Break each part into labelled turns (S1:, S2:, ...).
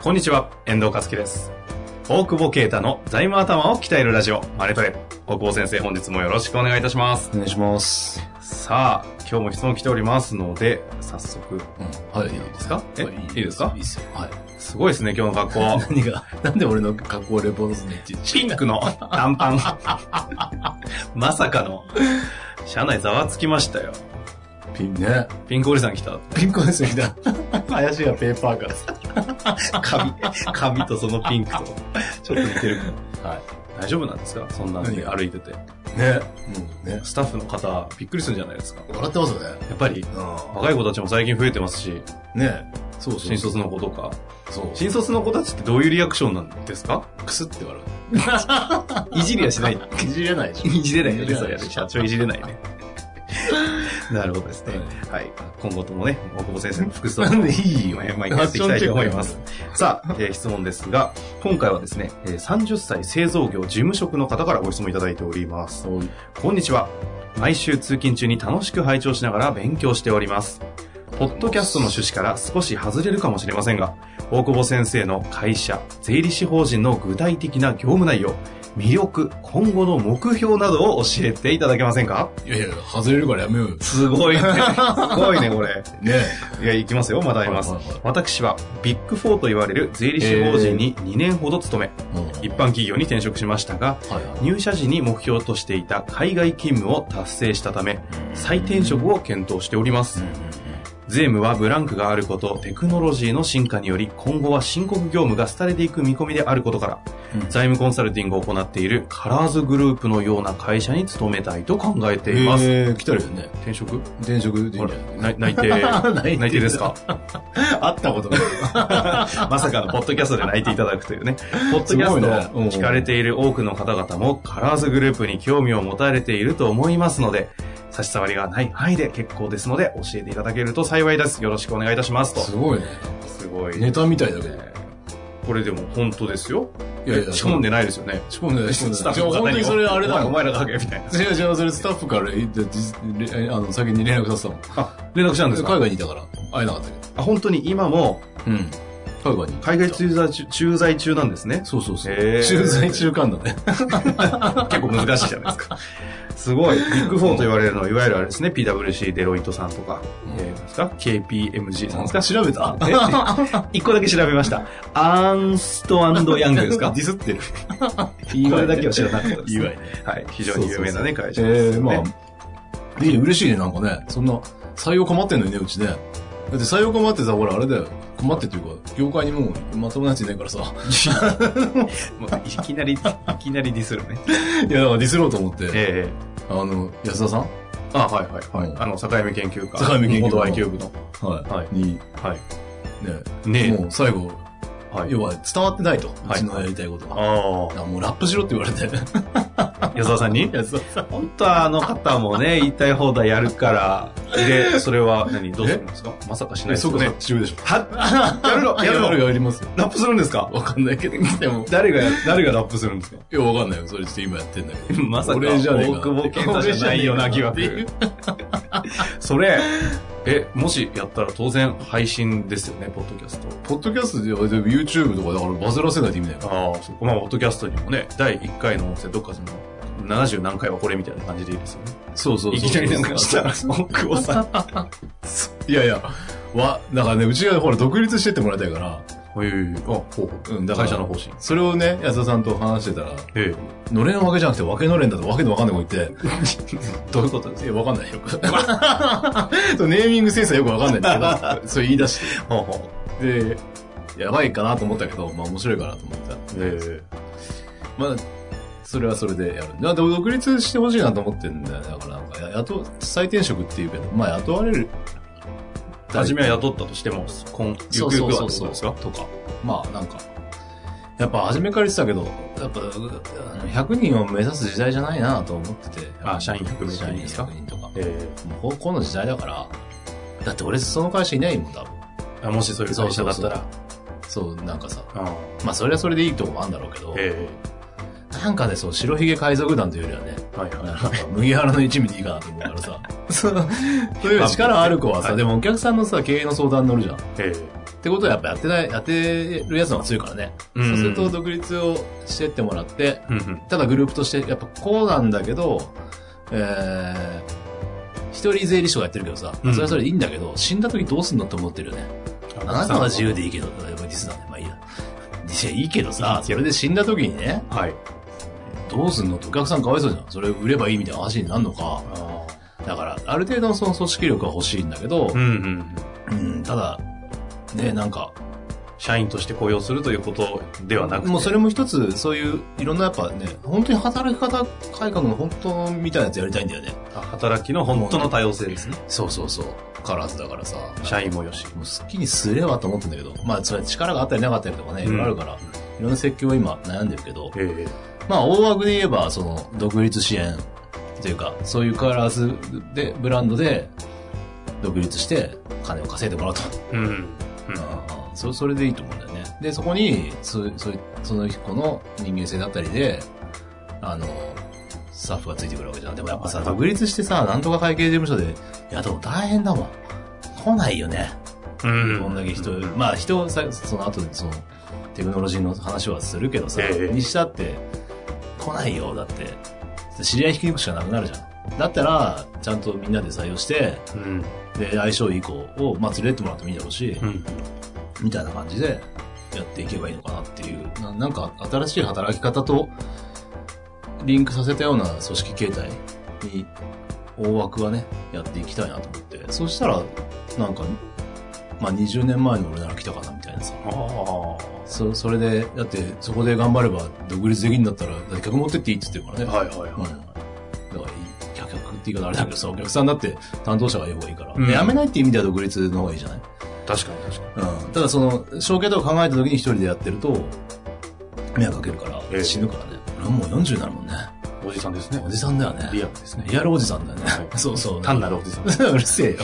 S1: こんにちは、遠藤和樹です。大久保啓太の財務頭を鍛えるラジオ、マネトレ。大久保先生、本日もよろしくお願いいたします。
S2: お願いします。
S1: さあ、今日も質問来ておりますので、早速、
S2: うん、はい。いい
S1: ですかえ
S2: はい
S1: いいですか
S2: いいですよ。はい。
S1: すごいですね、今日の格 好。
S2: 何が、なんで俺の格好レポートすんのいちいち
S1: ピンクの短パン。 まさかの。車内ざわつきましたよ。
S2: ピンね。
S1: ピンクおじさん来た。
S2: ピンクですよ、み たいな。怪しいがペーパーか
S1: 髪、髪とそのピンクと。ちょっと似てる。
S2: は
S1: 大丈夫なんですかそんなんで
S2: 何が
S1: 歩いてて。
S2: い。ね。うん、ね。
S1: スタッフの方、びっくりするんじゃないですか。
S2: 笑ってますよね。
S1: やっぱり、若い子たちも最近増えてますし、
S2: うん。ねそうそう。
S1: 新卒の子とか。
S2: そう。
S1: 新卒の子たちってどういうリアクションなんですか
S2: クスって笑
S1: いじりはしない。
S2: う。いじれないでしょ。
S1: いじれないよね、
S2: いじ
S1: そ
S2: れ
S1: れ
S2: ない
S1: はね。社長いじれないね。 なるほどですね。はい。今後ともね、大久保先生の服装
S2: なんでいいよ。
S1: 毎回やっていきたいと思います。。さあ、えー質問ですが、今回はですね、えー30歳製造業事務職の方からご質問いただいております。
S2: そう。
S1: こんにちは。毎週通勤中に楽しく拝聴しながら勉強しております。ポッドキャストの趣旨から少し外れるかもしれませんが、大久保先生の会社、税理士法人の具体的な業務内容、魅力、今後の目標などを教えていただけませんか
S2: いやいや、外れるからやめようよ。
S1: すごいね。 すごいね、これ。
S2: ね
S1: いや、いきますよ、まだあります
S2: はいはいはい。
S1: 私は、ビッグフォーと言われる税理士法人に2年ほど勤め、
S2: うん。はい
S1: 一般企業に転職しましたが、
S2: はい。
S1: 入社時に目標としていた海外勤務を達成したため、再転職を検討しております。税務はブランクがあること、テクノロジーの進化により、今後は申告業務が廃れていく見込みであることから、
S2: うん
S1: 財務コンサルティングを行っているカラーズグループのような会社に勤めたいと考えています。
S2: えー、来たるよね。
S1: 転職
S2: 転職でいいんじゃ ない
S1: な内定、
S2: 内定
S1: 内定ですか
S2: 会ったことない。
S1: まさかのポッドキャストで泣いていただくと いうね。ポッドキャストを聞かれている多くの方々も、カラーズグループに興味を持たれていると思いますので、差し障りがない範囲で結構ですので、教えていただけると幸いです。よろしくお願いいたしますと。
S2: すごいね。
S1: すごい。
S2: ネタみたいだけど。
S1: これでも本当ですよ。
S2: いやいや、
S1: 仕込んでないですよね。
S2: 仕込んでない。仕込んで
S1: スタ
S2: ない。
S1: ッフの方
S2: 本当にそれあれだ
S1: お
S2: よ。
S1: 前お前らだけみたいな。
S2: 違う違う、それスタッフから言って、実れあの、先に連絡させたもん。
S1: あ、 連絡したんです
S2: 海
S1: か
S2: 外にいたから、会えなかったけど。
S1: あ、本当に今も
S2: うん。海外に。
S1: 海外駐在中駐在中なんですね。
S2: そうそうそう。
S1: へー
S2: 駐在中間だね。
S1: 結構難しいじゃないですか。すごい。ビッグフォーと言われるのは、いわゆるあれですね、PWC、デロイトさんとか、
S2: うん
S1: えーなんですか KPMG さんですか
S2: 調べた
S1: え一個だけ調べました。アンストヤングですか
S2: ディスってる。
S1: これだけは知らなかったです、
S2: いいわいね。
S1: はい。非常に有名なね、会
S2: え
S1: 社です
S2: ー、
S1: よ
S2: ま
S1: ね。
S2: あ、いい、嬉しいね、なんかね。そんな、採用困ってんのにね、うちね。だって採用困ってさ、ほら、あれだよ。困ってっていうか、業界にもう、まともなやついな いからさ。
S1: もういきなり、いきなりディスる ね。
S2: いや、だからディスろうと思って、
S1: え
S2: あの、安田さん
S1: えあ、はいはいはい。
S2: うん
S1: あの、境目研究家。
S2: 境目研究家
S1: 元 IQ 部の。
S2: は
S1: はい
S2: い。に、
S1: は
S2: ね、
S1: い。ね
S2: もう最後、
S1: え。はい。
S2: 要は伝わってないと、
S1: はいう
S2: ちのやりたいことが。
S1: あ
S2: あもうラップしろって言わ れて。
S1: あ。矢沢さんに
S2: やそうさ
S1: 本当はあの方も ね、言いたい放題やるから。で、それは何どうするんですかまさかしないです
S2: そう
S1: よ
S2: か、
S1: ね。
S2: 自由でしょ。
S1: はやるのやるの
S2: やりますよ。
S1: ラップするんですか
S2: わかんないけど、でも。
S1: 誰が、誰がラップするんですか
S2: いや、わかんないよ。それちょっと今やってんだけ ど。
S1: まさか、
S2: 俺じゃねえか
S1: 大久保健太じゃないよな、疑惑。それ、え、もしやったら当然配信ですよね、ポッドキャスト。
S2: ポッドキャストで、でも YouTube とかだからバズらせないと意味ないか
S1: ああ、そこ。まあ、ポッドキャストにもね、第1回の音声、どっかその、70何回はこれみたいな感じでいいですよね。
S2: ら。そうそうそう。
S1: いきなりなんかしたら、大久保さん。
S2: いやいや、わ、だからね、うちがほら、独立してってもらいたいから、
S1: ええあ、ほうほう。
S2: うんだから
S1: 会社の方針。
S2: それをね、安田さんと話してたら、
S1: ええ
S2: のれんわけじゃなくて、わけのれんだとわけのわかんないこと言って、
S1: どういうことです
S2: え、わかんないよ。 そうネーミングセンスはよくわかんないんだけ ど、それ言い出して。
S1: かほうほ
S2: で、やばいかなと思ったけど、まあ面白いかなと思った。
S1: う。ええ
S2: まあ、それはそれでやる。だって独立してほしいなと思ってんだよね。だからなんか、や雇、再転職っていうけど、まあ雇われる。
S1: 初めは雇ったとしても、今、ゆくゆくはってことですか
S2: とか。まあなんか、やっぱ初めから言ってたけど、やっぱ、あの100人を目指す時代じゃないなと思ってて。
S1: あ社員100名
S2: 社員
S1: ですか
S2: 100人とか。
S1: え
S2: もうこの時代だから、だって俺その会社いないもんだ
S1: えもしそういう会社だったら。
S2: そう、なんかさ、
S1: うん
S2: まあそれはそれでいいとこもあるんだろうけど、
S1: え
S2: なんかね、そう、白ひげ海賊団というよりは ね、
S1: えはいはい。
S2: なんか麦わらの一味でいいかなと思うから さ、そうそういう力ある子は
S1: は
S2: さ、
S1: い
S2: でもお客さんのさ、経営の相談に乗るじゃん。っ
S1: ええ
S2: てことはやっぱやってない、やってるやつの方が強いからね。
S1: うん
S2: そうすると独立をしてってもらって、
S1: うんうん。
S2: ただグループとして、やっぱこうなんだけど、えー、一人税理士とかやってるけどさ、
S1: うん
S2: それはそれでいいんだけど、死んだ時どうすんのって思ってるよね。あなたは自由でいいけど、でもディスだね。まあいいや。いや、いいけどさ、それで死んだ時にね、
S1: はい。
S2: どうすんのってお客さんかわいそうじゃん。それ売ればいいみたいな話になるのか。だから、ある程度のその組織力は欲しいんだけど
S1: う、んうん。
S2: うん、ただ、ね、なんか、
S1: 社員として雇用するということではなくて。
S2: もうそれも一つ、そういう、いろんなやっぱね、本当に働き方改革の本当みたいなやつやりたいんだよね。
S1: あ働きの本当の多様性ですね。
S2: そうそうそう。カラーズだからさ。
S1: 社員もよし。
S2: もう好きにすればと思ってんだけど、まあ、それは力があったりなかったりとかね、いろいろあるから、いろんな説教を今悩んでるけど、
S1: ええ
S2: まあ、大枠で言えば、その、独立支援というか、そういうカラーズで、ブランドで、独立して、金を稼いでもらうと。
S1: うんうん。
S2: うん、それそれでいいと思うんだよね。で、そこに、そそその子の人間性だったりで、あの、スタッフがついてくるわけじゃん。でもやっぱさ、独立してさ、なんとか会計事務所で、いや、でも大変だもん。来ないよね。
S1: うん。
S2: こんだけ人、
S1: うん
S2: まあ人さ、その後でその、テクノロジーの話はするけどさ、
S1: ええ
S2: にしたって、来ないよ、だって。知り合い引き抜くしかなくなるじゃん。だったら、ちゃんとみんなで採用して、
S1: うん。
S2: で、相性いい子を、まあ、連れてってもらってもいいだろうし、
S1: うん。
S2: みたいな感じで、やっていけばいいのかなっていう、ななんか新しい働き方と、リンクさせたような組織形態に、大枠はね、やっていきたいなと思って。そしたら、なんか、まあ、20年前の俺なら来たかな、みたいなさ。
S1: ああ。
S2: そそれで、だって、そこで頑張れば独立できるんだったら、だって客持ってっていいって言ってるからね。
S1: はいはい
S2: うん。
S1: は
S2: だからいい、客客って言い方あれだけどさ、お客さんだって担当者がいい方がいいから。
S1: うん
S2: で辞めないって意味では独立の方がいいじゃない
S1: い。確かに確か
S2: うんただその、証券とか考えた時に一人でやってると、迷惑かけるから、
S1: ええ
S2: 死ぬからね。俺はもう40になるもんね。
S1: に。おじさんですね
S2: お。じさんだよね。
S1: リアルですね。
S2: リアルおじさんだよね。
S1: は
S2: そうそう。
S1: 単なるおじさん。
S2: うるせえよ。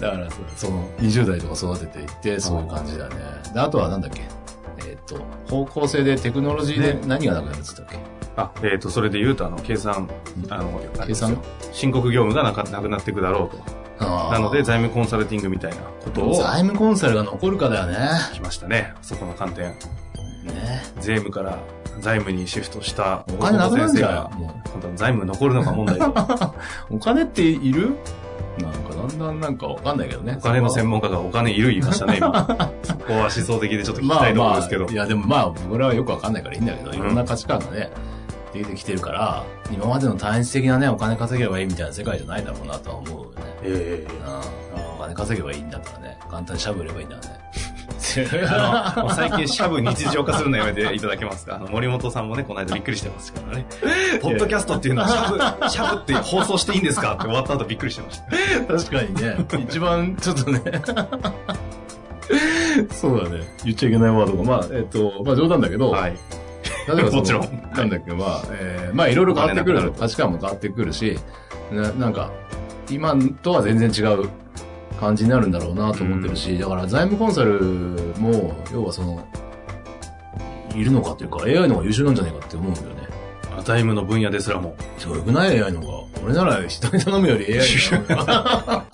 S2: だからそ、その、20代とか育てていって、そういう感じだよね。で、あとはなんだっけえーっ、と、方向性でテクノロジーで何がなくなるっつったっけ、
S1: あ、えっ、と、それで言うと、あの、計算、あの、あれですよ
S2: 計算
S1: 申告業務がなかなくなっていくだろうと。
S2: あー
S1: なので、財務コンサルティングみたいなことを、
S2: 財務コンサルが残るかだよね。
S1: しましたね。そこの観点。
S2: ね
S1: 税務から財務にシフトした
S2: お金なくなるんじゃ
S1: 大久保
S2: ん。もう
S1: 先生が本当に財務残るのか問 題と
S2: お金っているなんかだんだんなんかわかんないけどね。
S1: お金の専
S2: 門
S1: 門家がお金いる言いましたね、今。そこは思想的でちょっと聞きたいところですけど。
S2: まあまあ、いやでもまあ僕らはよくわかんないからいいんだけど、いろんな価値観がね、出てきてるから、今までの単一的なね、お金稼げばいいみたいな世界じゃないだろうなとは思うよね。
S1: ええ
S2: うん。お金稼げばいいんだったらね、簡単にしゃぶればいいんだよ ね。
S1: あの、もう最近シャブ日常化するのやめていただけますかあの、森本さんもね、この間びっくりしてますから ね。ポッドキャストっていうのはシャブ、シャブって放送していいんですかって終わった後びっくりしてました。
S2: 確かにね、一番ちょっとね、そうだね。言っちゃいけないワードが、まあ、えっ、と、まあ冗談だけど、
S1: はい。
S2: 例えばその
S1: もちろん
S2: なんだっけ、まあ、えーまあいろいろ変わってくる。価値観も変わってくるし、ななんか、今とは全然違う感じになるんだろうなと思ってるし、だから財務コンサルも、要はその、いるのかというか、AI の方が優秀なんじゃないかって思うんだよね。
S1: 財務の分野ですらも。
S2: すごくない AI の方が。俺なら人に頼むより AI の方が。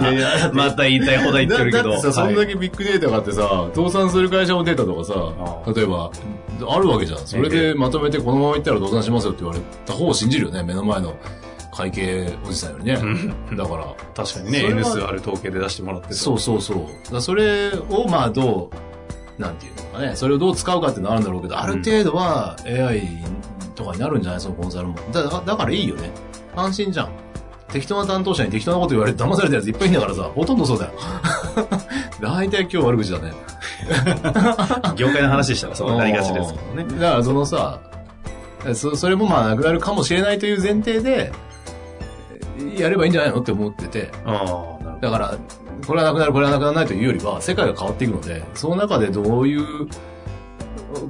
S2: いやいや
S1: また言いたいほど言ってるけ
S2: だ
S1: ど。
S2: だってさ、
S1: はい
S2: そんだけビッグデータがあってさ、倒産する会社のデータと
S1: あ
S2: か
S1: あ
S2: さ、例えば、あるわけじゃん。それ
S1: え
S2: でまとめてこのままいったら倒産しますよって言われた方を信じるよね、目の前の会計おじさんよりね。
S1: うん
S2: だから、
S1: 確かにね、
S2: それは
S1: N 数ある統計で出してもらってう。
S2: そうそうそう。だからそれをまあどう、なんていうのかね、それをどう使うかっていうのはあるんだろうけど、ある程度は AI とかになるんじゃないそのコンサルも。だだだからいいよね。安心じゃん。適当な担当者に 適当なこと言われて騙されたやついっぱいいんだからさ、ほとんどそうだよ。大体今日悪口だね。
S1: 業界の話したらそうなりがちですけどね。
S2: だからそのさそそれもまあなくなるかもしれないという前提でやればいいんじゃないのって思ってて
S1: ああ、なるほど。
S2: だからこれはなくなるこれはなくならないというよりは世界が変わっていくのでその中でどういう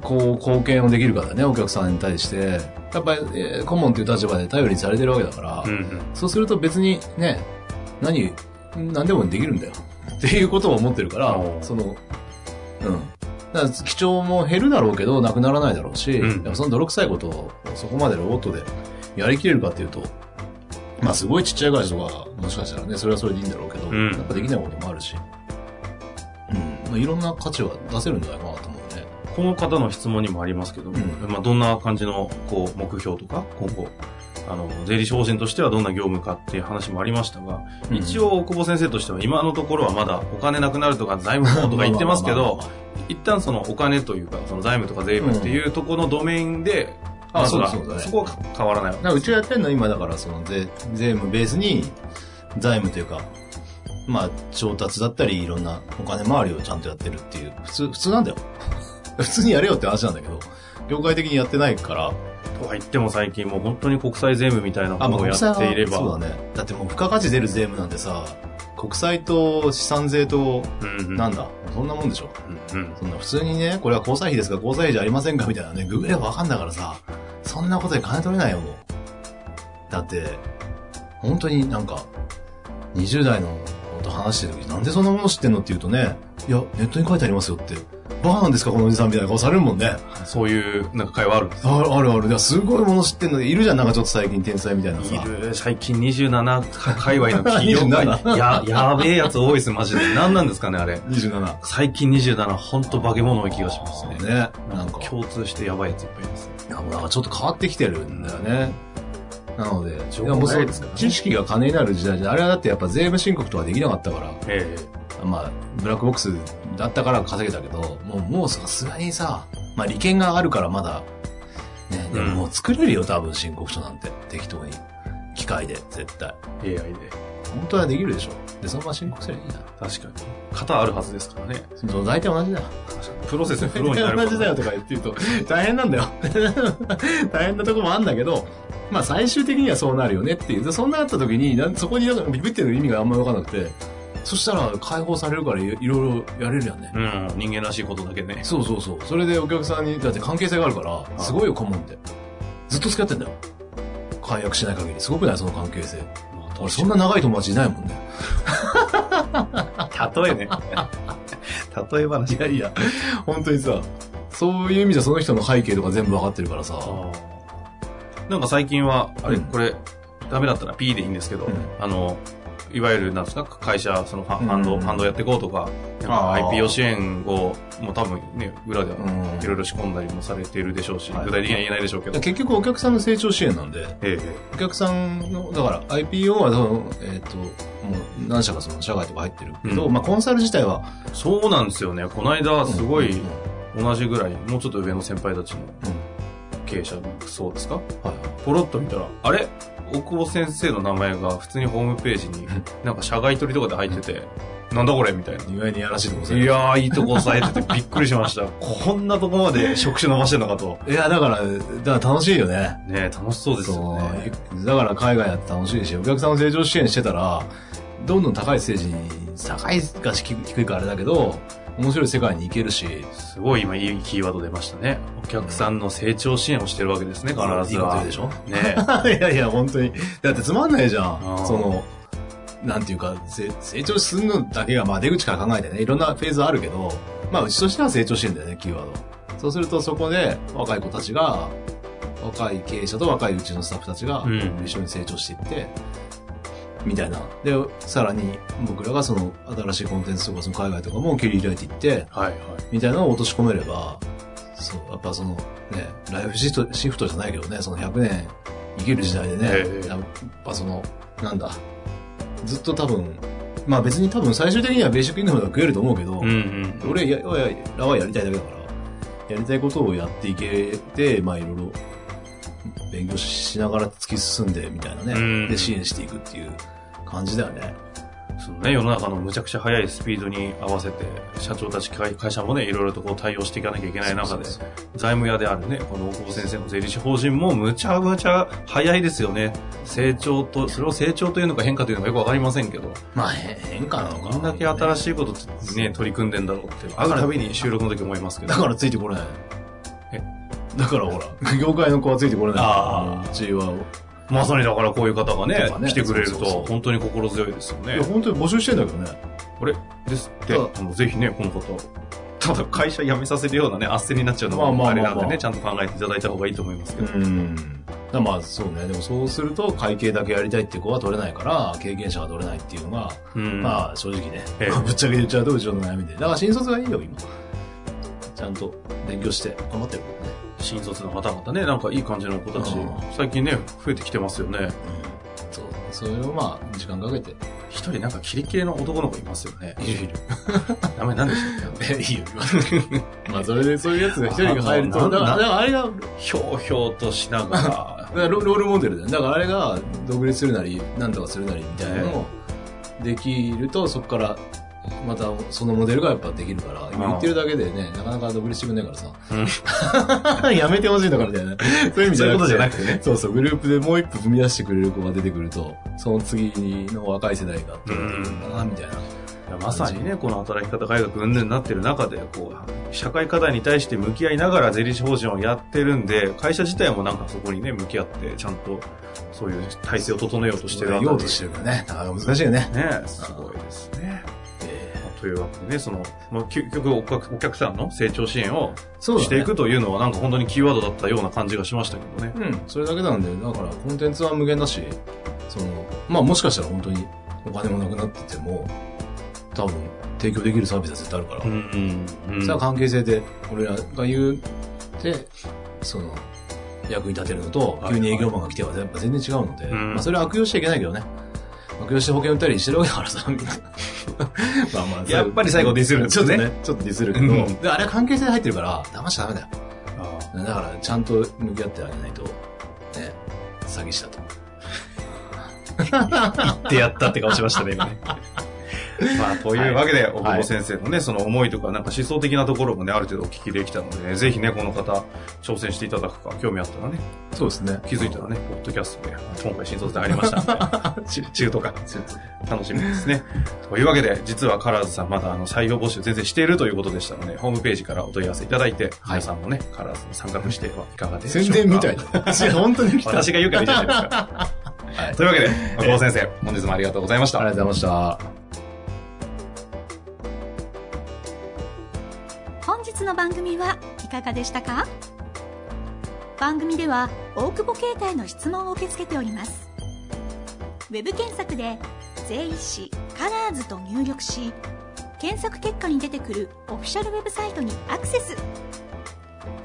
S2: こう貢献をできるかだねお客さんに対してやっぱり、えー顧問という立場で頼りにされてるわけだから、
S1: うんうん。
S2: そうすると別にね何何でもできるんだよっていうことを思ってるから
S1: おう
S2: そのうんだから貴重も減るだろうけどなくならないだろうし、
S1: うん
S2: やっぱその泥臭いことをそこまでロボットでやりきれるかっていうとまあすごいちっちゃい会社とかもしかしたらねそれはそれでいいんだろうけど、
S1: うん
S2: やっぱできないこともあるし、うんまあ、いろんな価値は出せるんじゃないかなと思うね
S1: この方の質問にもありますけども、
S2: う
S1: まあ、どんな感じのこう目標とか、今後、あの、税理士法人としてはどんな業務かっていう話もありましたが、一応、大久保先生としては今のところはまだお金なくなるとか財務法とか言ってますけど、一旦そのお金というか、その財務とか税務っていうところのドメインで、
S2: あ
S1: まずは
S2: そうそうだね
S1: そこは変わらないわけ
S2: なんかうちがやってるのは今だからその税税務ベースに財務というか、まあ調達だったりいろんなお金回りをちゃんとやってるっていう、普通、普通なんだよ。 普通にやれよって話なんだけど、業界的にやってないから、
S1: とは言っても最近もう本当に国際税務みたいな
S2: あ、
S1: も
S2: まあ
S1: のをや
S2: 国債は
S1: っていれば、
S2: そうだね。だってもう付加価値出る税務なんてさ、国債と資産税と、
S1: うんうん
S2: なんだ、そんなもんでしょ。
S1: うんうん
S2: そんな普通にね、これは交際費ですか、交際費じゃありませんかみたいなね、ググればわかんだからさ、そんなことで金取れないよ、もう。だって、本当になんか、20代の子と話してる時、なんでそんなもの知ってんのって言うとね、いや、ネットに書いてありますよって、バカなんですか、このおじさんみたいな顔されるもんね。
S1: そういうなんか会話あるんです
S2: あるあるある。いや、すごいもの知ってんの、いるじゃん、なんかちょっと最近天才みたいなさ。
S1: いる最近27界隈の企業界
S2: 27
S1: ややべえやつ多いですマジで何なんですかねあれ
S2: 27。
S1: 最近27ほんと化け物の気がしますね
S2: ね。
S1: な
S2: なんん
S1: か
S2: か、
S1: 共通してやばいやついっぱいいます
S2: いやもうなんかちょっと変わってきてるんだよね。なので、
S1: 情報
S2: いやもうそ
S1: ないうですからね
S2: 知識が金になる時代じゃ、あれはだってやっぱ税務申告とかできなかったから、
S1: ええ
S2: まあ、ブラックボックスだったから稼げたけど、もう、もうさすがにさ、まあ利権があるからまだ、ね、で
S1: うん
S2: ももう作れるよ、多分申告書なんて。適当に。機械で、絶対。
S1: AI で
S2: 本当はできるでしょ。で、そのまま申告すればいいな。
S1: 確かに型あるはずですからね
S2: そう大体同じだよ。
S1: プロセスフローになる
S2: 同じだ よとか言ってると、大変なんだよ。 大変なとこもあんだけど、まあ最終的にはそうなるよねっていう。でそんなあった時に、なんそこになんかビビってる意味があんまりわかんなくて、そしたら解放されるからいいろいろやれるよね。
S1: うん人間らしいことだけね
S2: そうそうそう。それでお客さんに、だって関係性があるから、すごいよ、顧問って。ずっと付き合ってんだよ。解約しない限り。すごくないその関係性。
S1: まあ
S2: 俺そんな長い友達いないもんね。
S1: 例えね 例え話
S2: いやいや、本当にさ、そういう意味じゃその人の背景とか全部わかってるからさ。
S1: なんか最近は、あれ、
S2: うん
S1: これ、ダメだったら P でいいんですけど、
S2: うん
S1: あの、いわゆる、なんですか、会社、そのファ
S2: うん
S1: ファンド、ファンドやっていこうとか、なんか
S2: あー
S1: IPO 支援を、もう多分ね、裏では、
S2: うん
S1: いろいろ仕込んだりもされているでしょうし、
S2: はい
S1: 具体的には言えないでしょうけど。
S2: 結局お客さんの成長支援なんで、
S1: え
S2: お客さんの、だから IPO はその、えっ、と、もう何社かその社外とか入ってるけど、
S1: うん
S2: まあコンサル自体は、
S1: えそうなんですよね。この間、すごい
S2: うん、
S1: 同じぐらい、もうちょっと上の先輩たちの
S2: うん
S1: 経営者の、そうですか
S2: はい
S1: ポロッと見たら、あれ大久保先生の名前が普通にホームページ に、なんか社外取りとかで入ってて、なんだこれみたいな。
S2: 意外にやらしいとこ
S1: いやー、いいとこ抑えててびっくりしました。 こんなとこまで職種伸ばしてんのかと。
S2: いや、だから、だから楽しいよね。
S1: ねえ楽しそうですよね。
S2: そうだから海外やって楽しいし、お客さんの成長支援してたら、どんどん高いステージに、高いか低いかあれだけど、面白い世界に行けるし、
S1: すごい今いいキーワード出ましたね。お客さんの成長支援をしてるわけですね、
S2: いい
S1: 必
S2: こと
S1: ず
S2: 言
S1: は。
S2: うで
S1: ね
S2: しょ
S1: え。
S2: いやいや、本当に。だってつまんないじゃ
S1: うん
S2: ん。その、なんていうか、せ成長するのだけが、まあ出口から考えてね、いろんなフェーズあるけど、まあうちとしては成長してんだよね、キーワード。そうするとそこで若い子たちが、若い経営者と若いうちのスタッフたちが
S1: うん
S2: 一緒に成長していって、みたいな。で、さらに僕らがその新しいコンテンツとかその海外とかも切り開いていって、
S1: はいはい。
S2: みたいなのを落とし込めれば、そう、やっぱそのね、ライフシフトシフトじゃないけどね、その100年生きる時代でね、
S1: ええ
S2: やっぱその、なんだ、ずっと多分、まあ別に多分最終的にはベーシックインカムが食えると思うけど、
S1: うんうん。
S2: 俺ややらはやりたいだけだから、やりたいことをやっていけて、まあいろいろ勉強しながら突き進んでみたいなね、
S1: うん
S2: で支援していくっていう感じだよね。
S1: そのね、世の中のむちゃくちゃ速いスピードに合わせて、社長たち会会社もね、いろいろとこう対応していかなきゃいけない中で、
S2: そうそうそう
S1: 財務屋であるね、この大久保先生の税理士法人もむちゃむちゃ早いですよね。成長と、それを成長というのか変化というのかよくわかりませんけど、
S2: まあへ変化なのか
S1: どんだけ新しいことにね、取り組んでんだろうって、会うたびに収録の時思いますけど。
S2: だからついてこれない
S1: え
S2: だからほら 業界の子はついてこれない
S1: あ
S2: うちは
S1: まさにだからこういう方が
S2: とか
S1: ね、
S2: ね
S1: 来てくれる
S2: そうそうそ
S1: と
S2: う
S1: 本当に心強いですよ
S2: い
S1: ね
S2: や。本当に募集してんだけどね
S1: これですって、
S2: そう
S1: あのぜひね、この方。ただ会社辞めさせるようなね、斡旋になっちゃうの
S2: まあま
S1: も
S2: あ
S1: あれ
S2: まあま
S1: な
S2: あ
S1: んでね、ちゃんと考えていただいた方がいいと思いますけど。
S2: うんだまあそうねでもそうすると会計だけやりたいって子は取れないから経験者が取れないっていうのが、
S1: うん。
S2: まあ正直ね、
S1: ええ
S2: ぶっちゃけ言っちゃうとうちの悩みでだから新卒がいいよ今ちゃんと勉強して頑張ってるからね
S1: 新卒の方々ね、なんかいい感じの子たち
S2: うん、
S1: 最近ね、増えてきてますよね。
S2: うんそうそれをまあ時間かけて
S1: 一人なんかキレキレの男の子いますよね。
S2: いるいる
S1: 名前何でしたっけ
S2: え いいよ まあそれでそういうやつが一人が入ると
S1: あ
S2: だから
S1: な
S2: だからあれが
S1: ひょうひょうとしながら
S2: だ、からロロールモデルだよねだからあれが独立するなりなんとかするなりみたいなのをできるとそこからまたそのモデルがやっぱできるから今言ってるだけでねなかなか独立してくんないから さ、やめてほしいだからみたいなそういう意味じ
S1: そういう
S2: ゃなくて
S1: ことじゃなくてね。
S2: そうそうグループでもう一歩踏み出してくれる子が出てくるとその次の若い世代がっていうことだなみたい
S1: い
S2: な、
S1: やまさにね、この働き方改革云々になってる中で、こう、社会課題に対して向き合いながら税理士法人をやってるんで、会社自体もなんかそこにね、向き合って、ちゃんと、そういう体制を整えようとしてるあたり
S2: ようとしてるからねなかなか難しいよね、
S1: ね、すごいですね。
S2: え
S1: というわけでね、その、まあ、究極お客お客さんの成長支援を
S2: ーそうだね
S1: していくというのは、なんか本当にキーワードだったような感じがしましたけどね。
S2: うん、それだけなんで、だからコンテンツは無限だし、その、まあもしかしたら本当にお金もなくなってても、多分提供できるサービスは絶対あるから、
S1: ん、うん
S2: それは関係性で、俺らが言うて、その、役に立てるのと、
S1: はい
S2: 急に営業マンが来てはやっぱ全然違うので、
S1: うん
S2: まあそれは悪用しちゃいけないけどね。悪用して保険売ったりしてるわけだからさ、みんな。 まあまあ
S1: やっぱり最後ディスるんです
S2: ちょ
S1: ね
S2: っとね、ちょっとディスるけ
S1: う
S2: ど、
S1: ん
S2: であれは関係性で入ってるから、騙しちゃダメだよ。
S1: あ
S2: だから、ちゃんと向き合ってあげないと、ね、詐欺したと。
S1: ーってやったって顔しましたね、今ね。 まあ、というわけで、大久保先生のね、その思いとか、なんか思想的なところもね、ある程度お聞きできたので、ね、ぜひね、この方、挑戦していただくか、興味あったらね、
S2: そうですね
S1: 気づいたらね、ポッドキャストで、今回新卒で入りました んで、ち中途か、楽しみですね。というわけで、実はカラーズさん、まだあの採用募集全然しているということでしたので、ホームページからお問い合わせいただいて、
S2: はい
S1: 皆さんもね、カラーズに参画してはいかがでしょう
S2: 宣
S1: か。
S2: 伝みたいな。 違う、本当に来た。
S1: 私が言うからいいじ ゃないですか。はいというわけで、大久保先生、本日もありがとうございました
S2: あ。りがとうございました。
S3: 本日の番組はいかがでしたか番組では大久保携帯の質問を受け付けておりますウェブ検索で「税理士カラーズと入力し検索結果に出てくるオフィシャルウェブサイトにアクセス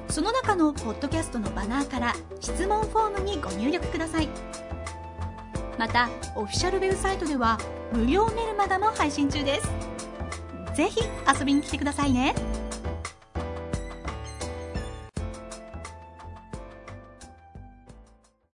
S3: その中のポッドキャストのバナーから質問フォームにご入力くださいまたオフィシャルウェブサイトでは無料メルマガも配信中ですぜひ遊びに来てくださいね